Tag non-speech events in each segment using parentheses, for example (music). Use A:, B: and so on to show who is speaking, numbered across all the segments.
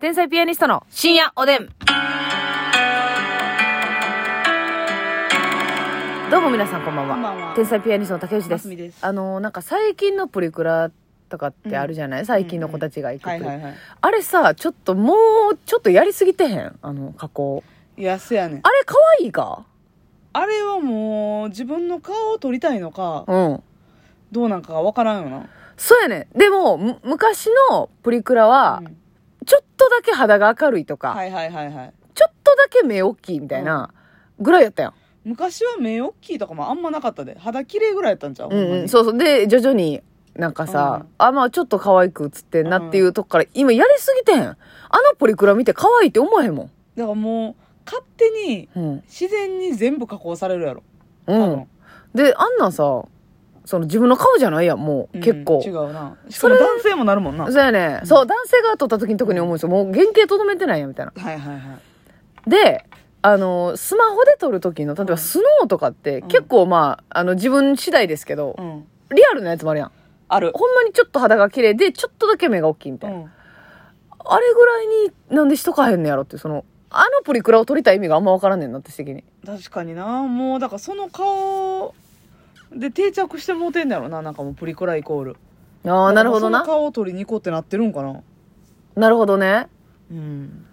A: 天才ピアニストの深夜おでん。どうも皆さんこんばんは。
B: こんばんは
A: 天才ピアニストの竹内で
B: ます
A: す。
B: みです
A: あの、なんか最近のプリクラとかってあるじゃない、最近の子たちが行くプ
B: は
A: リ
B: い
A: クラ
B: はいはい
A: あれさ、ちょっともう、ちょっとやりすぎてへんあの、加工。
B: いやせやねん
A: あれ可愛いか
B: あれはもう自分の顔を撮りたいのか
A: うん。
B: どうなんかが分からんよな
A: そうやねん。でも、む昔のプリクラは
B: う、ん
A: ちょっとだけ肌が明るいとか、
B: はいはいはいはい
A: ちょっとだけ目大きいみたいなぐらいやったやん。
B: 昔は目大きいとかもあんまなかったで肌綺麗ぐらいやったんちゃう
A: うん
B: ほんま
A: うん、
B: に
A: そうそう。で、徐々に、なんかさ、
B: うん
A: あ、まあちょっと可愛く映ってんなっていうとこから、今やりすぎてへん。あのプリクラ見て可愛いって思わへんもん。
B: だからもう勝手に
A: うん。
B: 自然に全部加工されるやろ
A: う
B: 多
A: ん
B: 分。
A: で、あんなんさ、その自分の顔じゃないやん、もう、
B: うん
A: 結構。
B: 違うなしか
A: そ
B: も
A: れ
B: 男性もなるもんな
A: そうやね、そう、男性が撮った時に特に思うんですよ。もう原型とどめてないやん、みたいな。
B: はいはいはい
A: で、あの、スマホで撮る時の、例えばスノーとかって、
B: うん
A: 結構まあ、あの、自分次第ですけど、
B: うん
A: リアルなやつもあるやん。
B: ある
A: ほんまにちょっと肌が綺麗で、ちょっとだけ目が大きいみたいな。
B: うん
A: あれぐらいになんでしとかへんねやろって、その、あのプリクラを撮りたい意味があんまわからんねんな、私的に。
B: 確かになもうだからその顔で定着してもうてんだろうななんかもうプリクライコール
A: ああ、なるほど
B: そ
A: な
B: の。顔を取りに行こうってなってるんかな
A: なるほどね。
B: うん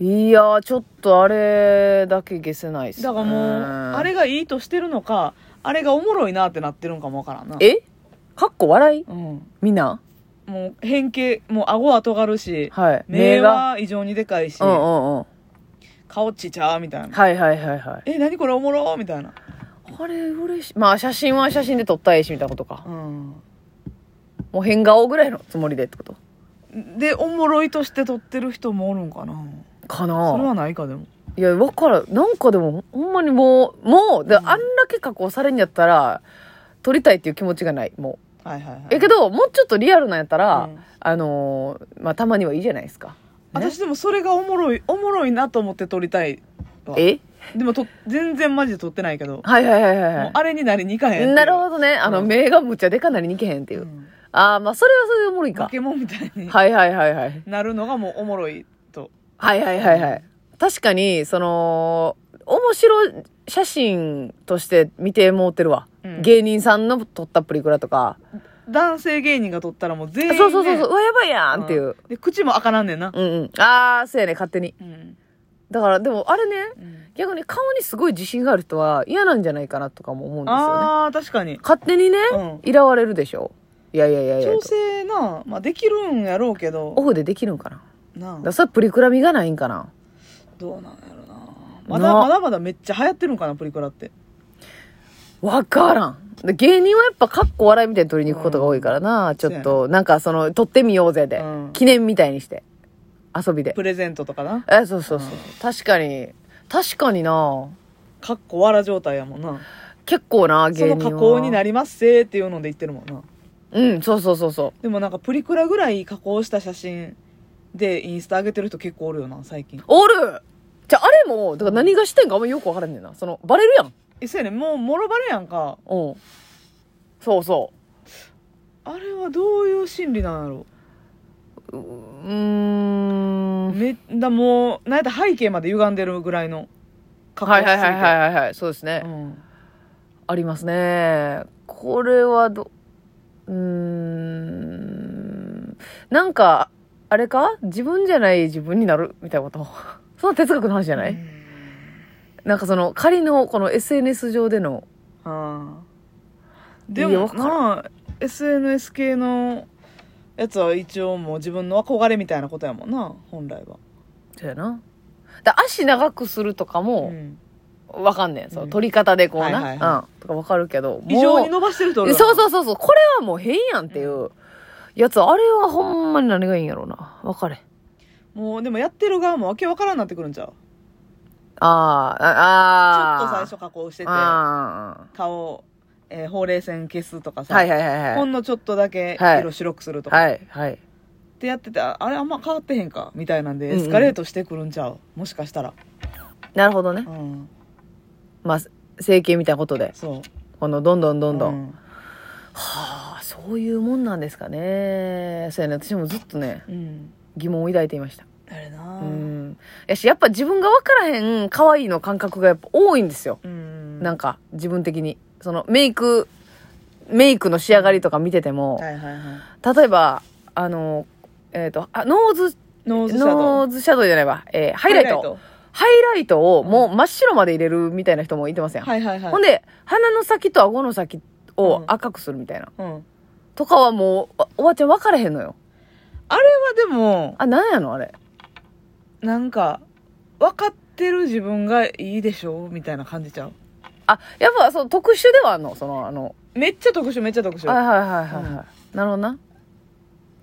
A: いやー、ちょっとあれだけ消せないっすね。
B: だからもうあれがいいとしてるのかあれがおもろいなってなってるんかもわからんな
A: えかっこ笑い
B: うん
A: みんな
B: もう変形もう顎は尖るし
A: はい。
B: 目は異常にでかいし、
A: うんうんうん。
B: 顔ちっちゃーみたいな
A: はいはいはいはい。
B: え何これおもろーみたいな
A: あれ嬉しい。まあ写真は写真で撮ったらええしみたいなことか
B: う。ん
A: もう変顔ぐらいのつもりでってこと
B: でおもろいとして撮ってる人もおるんかな
A: か
B: それ
A: な
B: はないかでも
A: いや、わからん。なんかでも、ほんまにもう、もう、で、あんだけ加工されんやったら、撮りたいっていう気持ちがない、も。
B: はいはいはいう
A: やけど、もうちょっとリアルなんやったら、
B: うん
A: あのーまあ、たまにはいいじゃないですか。
B: 私でもそれがおもろいおもろいなと思って撮りたいわ
A: え
B: でもと全然マジで撮ってないけど、
A: はいはいはいはい
B: もう
A: は
B: あれになりにいかへんってい
A: い。
B: う
A: なるほどね。あの、
B: うん
A: 目がむっちゃでかなりにけへんっていう。
B: うん
A: ああ、まあ、それはそれでおもろい
B: 化
A: か。
B: け物みたいに
A: はいはいはいはい。
B: なるのがもうおもろいと
A: はいはいはいはい。確かに、その、面白写真として見てもうてるわ。
B: うん
A: 芸人さんの撮ったプリクラとか。
B: 男性芸人が撮ったらもう全員、ね、
A: そうそうそうそう、うわ、やばいやんっていう。
B: で口も開かなんねんな、
A: うんうん。あー、そうやね、勝手に。
B: うん
A: だから、でもあれね、
B: うん
A: 逆に顔にすごい自信がある人は嫌なんじゃないかなとかも思うんですよね。
B: あー確かに
A: 勝手にね、
B: うん
A: いらわれるでしょ。いやいやいやいやと
B: 調。整な、まあ、できるんやろうけ
A: オ
B: ど
A: フでできるんかな。だか
B: な
A: らそれプリクラ味がないんかな。
B: どうなんやろなまだ
A: な
B: まだまだめっちゃ流行ってるんかなプリクラって
A: わからん。で芸人はやっぱかっこ笑いみたいに取りに行くことが多いからな、ちょっと、なんかその、撮ってみようぜで、
B: うん
A: 記念みたいにして、遊びで
B: プ。レゼントとかな
A: え、そうそうそう。確かに、確かにな
B: かっこわら状態やもんな
A: 結構な、
B: そ
A: 芸人
B: の
A: は。
B: 加工になりますせーっていうので言ってるもんな
A: うん、そうそうそうそ
B: でもなんかプリクラぐらい加工した写真でインスタ上げてる人結構おるよな最近
A: う。おるじゃあ、あれも、だから何がしてんかあんまよくわからんねんな。その、バレるやん。
B: えそうやねんもうもろバレやんか
A: うん。そうそ
B: あれはどういう心理なんやろ
A: う。うーん。
B: めだもうなんやったら背景まで歪んでるぐらいの加
A: はいはいはいはい
B: い、
A: はいはい。そうですね。
B: うん、
A: ありますね。これはど、うーん。なんか、あれか自分じゃない自分になるみたいなこと。 (laughs) その哲学の話じゃない、なんかその仮のこの SNS 上での、
B: あーで
A: いや
B: も
A: わからん
B: なあ SNS 系のやつは一応もう自分の憧れみたいなことやもんな本来は、
A: そうやな。だ足長くするとか
B: う
A: も、
B: ん、
A: わかんねん。その
B: うん
A: 取り方でこうな。
B: はいはいは
A: うん。とかわかるけど。もう
B: 異常に伸ばしてる人おるよな
A: そうそうそうそう。これはもう変やんっていうやつ。あれはほんまに何がいいんやろうな。わかれん。
B: もうでもやってる側もわけわからんなってくるんちゃう
A: ああ、
B: ちょ
A: あ
B: っ
A: あ。
B: と最初加工してて
A: ああ。
B: 顔、えー、ほうれい線消すとかさ、
A: はいはいはいはい。
B: ほんのちょっとだけ
A: はい
B: 色白くするとか、
A: はいはい。
B: ってやっててああれあんま変わってへんかみたいなんで
A: うんうん
B: エスカレートしてくるんちゃう、もしかしたら
A: なるほどね
B: う。ん
A: まあ、整形みたいなことで、
B: そう
A: このどんどんどんどん。
B: う
A: はあ、そういうもんなんですかね。そうやね。私もずっとね、
B: うん
A: 疑問を抱いていました。やし、やっぱ自分が分からへん可愛いの感覚がやっぱ多いんですよ。
B: うん
A: なんか、自分的に。その、メイク、メイクの仕上がりとか見てても、
B: はいはいはい
A: 例えば、あの、えっ、と、あ、ノーズ、
B: ノーズシャド
A: ノ
B: ウ
A: ーズシャドウじゃないわ。えーハイライト。ハイライトをもう真っ白まで入れるみたいな人もいてますやん。
B: はいはいはい
A: ほんで、鼻の先と顎の先
B: う
A: を
B: ん
A: 赤くするみたいな。
B: うん、
A: とかはもう、おおばちゃん分からへんのよ。
B: あれはでも
A: あ、なんやのあれ。
B: なんか分かってる自分がいいでしょみたいな感じちゃう
A: あ、やっぱそう、特殊ではあんのその、あの、
B: めっちゃ特殊めっちゃ特殊
A: はいはいはいはいはい。なるほどな。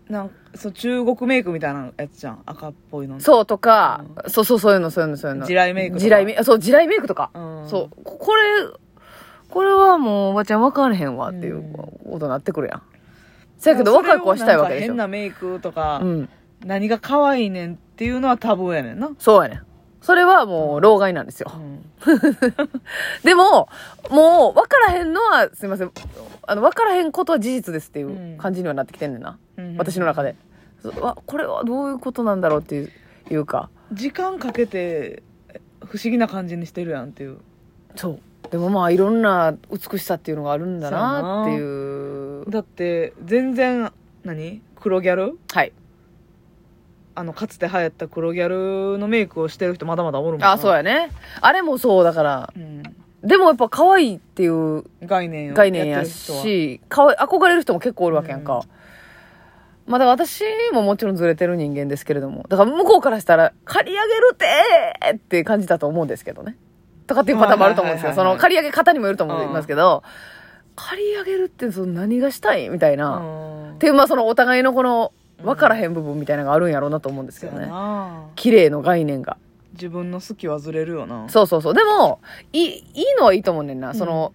B: なんかそう中国メイクみたいなやつじゃん赤っぽいの
A: そうとか、そうそうそういうのそういうのそういうの。
B: 地雷メイクとか
A: 地雷メイク。そう、地雷メイクとか。
B: うん
A: そう。ここれ、これはもうおばちゃん分からへんわっていううんことになってくるやん。せやけど若い子はしたいわけでしょ。
B: なんか変なメイクとか、
A: うん。
B: 何が可愛いねんっていうのはタブーやねんな、
A: そうやねん。それはもう、老害なんですよ。でも、もう、分からへんのは、すいません。あの、分からへんことは事実ですっていう感じにはなってきてんねんな。
B: うん
A: 私の中で。そうわ、これはどういうことなんだろうっていう、いうか。
B: 時間かけて不思議な感じにしてるやんっていう
A: そう。でもまあ、いろんな美しさっていうのがあるんだなっていう。
B: だって全然何黒ギャル
A: はい。
B: あのかつて流行った黒ギャルのメイクをしてる人まだまだおるもんな
A: あ、そうやね。あれもそう、だから。
B: うん、
A: でもやっぱ可愛いっていう
B: 概念を
A: 概念
B: っ
A: や
B: てる人は
A: し、可愛い憧れる人も結構おるわけやんか。まあだから私ももちろんずれてる人間ですけれども、だから向こうからしたら、借り上げるてーって感じだと思うんですけどね。とかっていうパターンもあると思うんですよ。
B: はい
A: そ
B: はいはいはい
A: の借り上げ方にもよると思いますけど、借り上げるってその何がしたいみたいな。
B: うん
A: っていう、まあそのお互いのこの、
B: うん
A: 分からへん部分みたいなのがあるんやろうなと思うんです
B: そ
A: け
B: う
A: ど
B: や
A: ね。
B: な
A: 綺麗の概念が。
B: 自分の好きはずれるよな
A: そうそうそう。でも、いい、いいのはいいと思うねんな。その、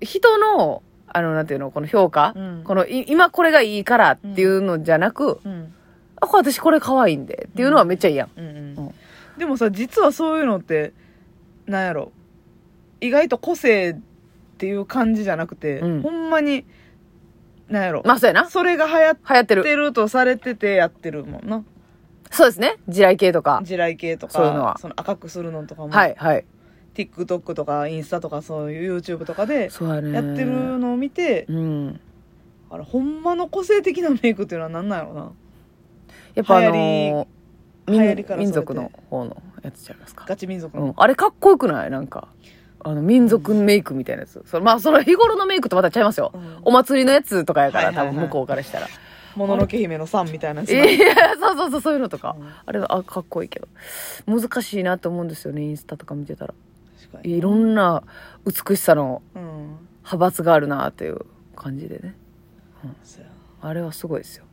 A: 人の、あの、なんていうの、この評価、
B: うん
A: この、い今これがいいからっていうのじゃなく、
B: う、ん
A: あ、これ私これ可愛いんでっていうのはめっちゃいいやん。
B: うんうん
A: うん
B: でもさ実はそういうのってなんやろ意外と個性っていう感じじゃなくて、
A: うん
B: ほんまになんやろ、
A: まあ、そうやな。
B: それが流行っ
A: 流行ってる。
B: てるとされててやってるもんな
A: そうですね。地雷系とか。
B: 地雷系とか
A: そういうのは
B: の赤くするのとかも、
A: はい、はい。
B: TikTok とかインスタとかそういう YouTube とかで
A: そうやね。
B: やってる。のを見て、
A: うん。
B: あれほんまの個性的なメイクっていうのは何なんやろな
A: やっぱあの
B: 流
A: ー
B: 流行りからそれて
A: 民民族の方のやつちゃいますか。
B: ガチ民族
A: う
B: の、
A: ん。あれかっこよくないなんか。あの、民族メイクみたいなやつ。そのまあ、その日頃のメイクとまたちゃいますよ。
B: うん
A: お祭りのやつとかやから、
B: はいはいは
A: 多
B: い
A: 分向こうからした
B: (laughs)
A: ら。
B: もののけ姫のさんみたいなやつな、
A: いや、そうそうそう、そういうのとか
B: う。ん
A: あれが、あ、かっこいいけど。難しいなと思うんですよね、インスタとか見てたら。
B: 確かに
A: いろんな美しさの
B: うん
A: 派閥があるなっていう感じでね。
B: そうや
A: あれはすごいですよ。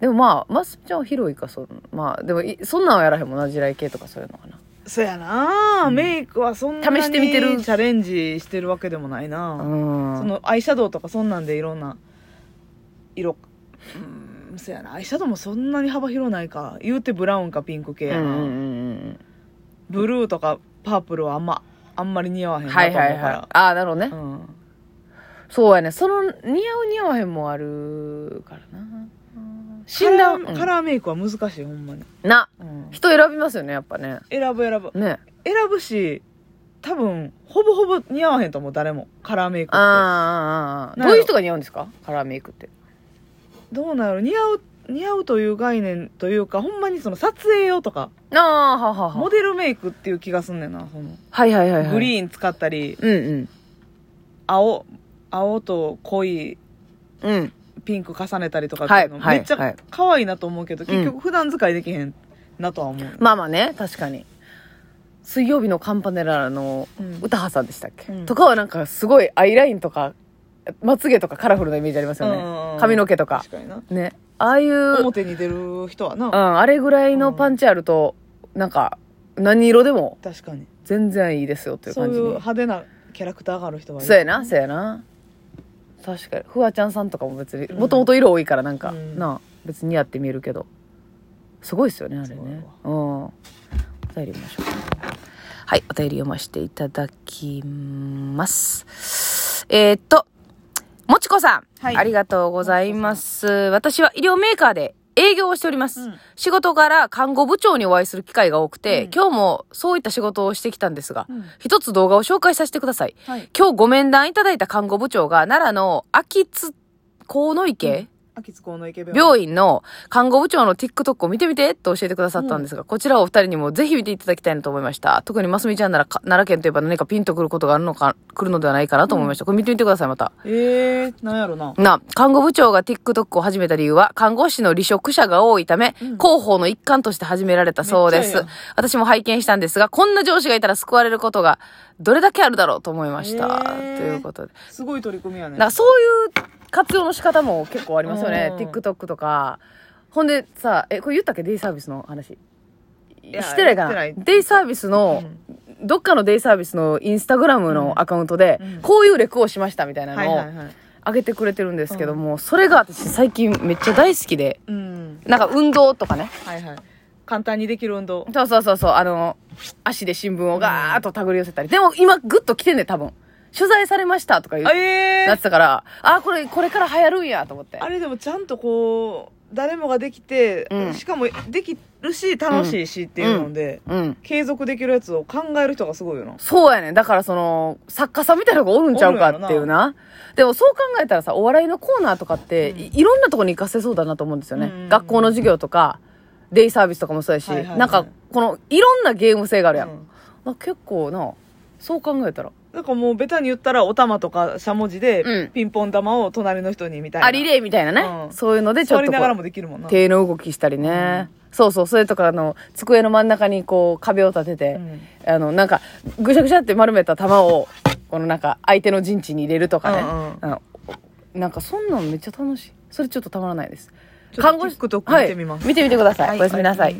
A: でもまあ、マスちゃんは広いか、その、まあ、でもい、そんなんはやらへんもんな、地雷系とかそういうのかな。
B: そうやな、
A: うん
B: メイクはそんな
A: 試
B: に
A: してみてる
B: チャレンジしてるわけでもないうな、そ
A: ん。
B: のアイシャドウとかそんなんでいろんな色うんそうやなアイシャドウもそんなに幅広ないか言うてブラウンかピンク系
A: うんう
B: やな、
A: んうん
B: ブルーとかパープルはあんまあんまり似合わへ
A: うんん。
B: な
A: は
B: と
A: い
B: 思
A: う
B: か
A: はいはい。
B: ら、
A: ああ、なるほどね。
B: うん
A: そうやね。その、似合う似合わへんもあるからな。診断、
B: カラーカラーメイクは難しいほんまに、
A: うんな。
B: うん
A: 人選びますよね、やっぱね。
B: 選ぶ選ぶ
A: ね。
B: 選ぶし多分ほぼほぼ似合わへんと思う誰もカラーメイクって
A: あーあーあーあー
B: なんやろ
A: どういう人が似合うんですかカラーメイクって。
B: どうなる似合う似合うという概念というかほんまにその撮影用とか
A: ああ、はは
B: モ
A: は。
B: デルメイクっていう気がすんねんなその
A: はいはいはいはい。
B: グ
A: ーン。
B: リーン使ったり
A: うん
B: 青青と濃い
A: うん。うん。
B: ピンク重ねたりとかっていうの、
A: はいはい
B: めっちゃ可愛いなと思うけど、
A: ん
B: 結局普段使いできへんなとは思う、
A: まあまあね、確かに。水曜日のカンパネラの
B: うん
A: 歌羽さんでしたっけ、
B: うん
A: とかはなんかすごいアイラインとか、まつ毛とかカラフルなイメージありますよ
B: うんうんう
A: ね
B: ん。
A: 髪の毛とか
B: 確。かにな
A: ね。ああいう、うん、
B: 表に出る人はな、
A: あれぐらいのパンチあると、なんか、何色でも
B: 確かに
A: 全然いいですよっていう
B: そうい
A: 感じ
B: う
A: に。
B: 派手なキャラクターがある人はいる
A: そうやな、そうやな。確かに。フワちゃんさんとかも別に、もともと色多いからなんか、
B: うん
A: なあ、別に似合って見えるけど。すごいですよね、あれ
B: す
A: ね
B: ごい
A: う
B: わ。
A: ん。お便り読みましょうか。はい、お便り読ませていただきます。えーっと、もちこさん、
B: はい
A: ありがとうございます。私は医療メーカーで営業をしております、
B: うん
A: 仕事から看護部長にお会いする機会が多くて、
B: うん
A: 今日もそういった仕事をしてきたんですが、
B: うん
A: 一つ動画を紹介させてください
B: はい
A: 今日ご面談いただいた看護部長が奈良の秋津河野池
B: 秋津河野池病院
A: 病院の看護部長の TikTok を見てみてと教えてくださったんですが、こちらをお二人にもぜひ見ていただきたいなと思いました。特にますみちゃんならか奈良県といえば何かピンとくることがあるのか、来るのではないかなと思いました。これ見てみてください、また。
B: えー、なんやろな
A: な、看護部長が TikTok を始めた理由は、看護師の離職者が多いため、
B: うん
A: 広報の一環として始められたそうで
B: めっち
A: す
B: ゃええやん。
A: 私も拝見したんですが、こんな上司がいたら救われることがどれだけあるだろうと思いました。
B: へえ
A: ということで。
B: すごい取り組みやね
A: なんかそういう活用の仕方も結構ありますよね。
B: うん
A: TikTok とか。ほんでさ、え、これ言ったっけデイサービスの話。
B: や
A: してないか
B: 言ってな
A: ないデイサービスの、どっかのデイサービスのインスタグラムのアカウントで、
B: うん
A: こういうレクをしましたみたいな
B: はい
A: のを
B: はいはい
A: 上げてくれてるんですけども、それが私最近めっちゃ大好きで、
B: うん
A: なんか運動とかね。
B: はいはい簡単にできる運動
A: そうそうそうそう、あの、足で新聞をガーッと手繰り寄せたり。でも今グッと来てんねん多分。取材されましたとか言う
B: え
A: なってたから、あー、これ、これから流行るんやと思って。
B: あれでもちゃんとこう誰もができて、
A: うん
B: しかもできるし楽しいしっていうので、
A: うん。
B: 継続できるやつを考える人がすごいよな
A: そうやねん。だからその、作家さんみたいなのがおるんちゃうかってい
B: おる
A: うんな。でもそう考えたらさ、お笑いのコーナーとかって、
B: うん
A: いいろんなとこに行かせそうだなと思うんですよね。
B: うん
A: 学校の授業とか、デイサービスとかもそうやし、
B: はいはいはい
A: なんか、この、いろんなゲーム性があるやん。
B: うん
A: あ結構な、そう考えたら。
B: なんかもうベタに言ったらお玉とかしゃもじで、
A: うん
B: ピンポン玉を隣の人にみたいな
A: あ、リレーみたいなね。
B: うん
A: そういうのでちょ
B: 座
A: っ
B: り
A: と
B: ながら
A: こ
B: もできるもんな
A: う、手の動きしたりね。そうそう、それとかあの、机の真ん中にこう、壁を立てて、
B: うん
A: あの、なんか、ぐしゃぐしゃって丸めた球を、このなんか、相手の陣地に入れるとかね。
B: うんうん
A: あのなんか、そんなんめっちゃ楽しい。それちょっとたまらないです。
B: 看護師 TikTok 見てみま
A: は
B: す、
A: い。見てみてください。
B: はい
A: おやすみなさい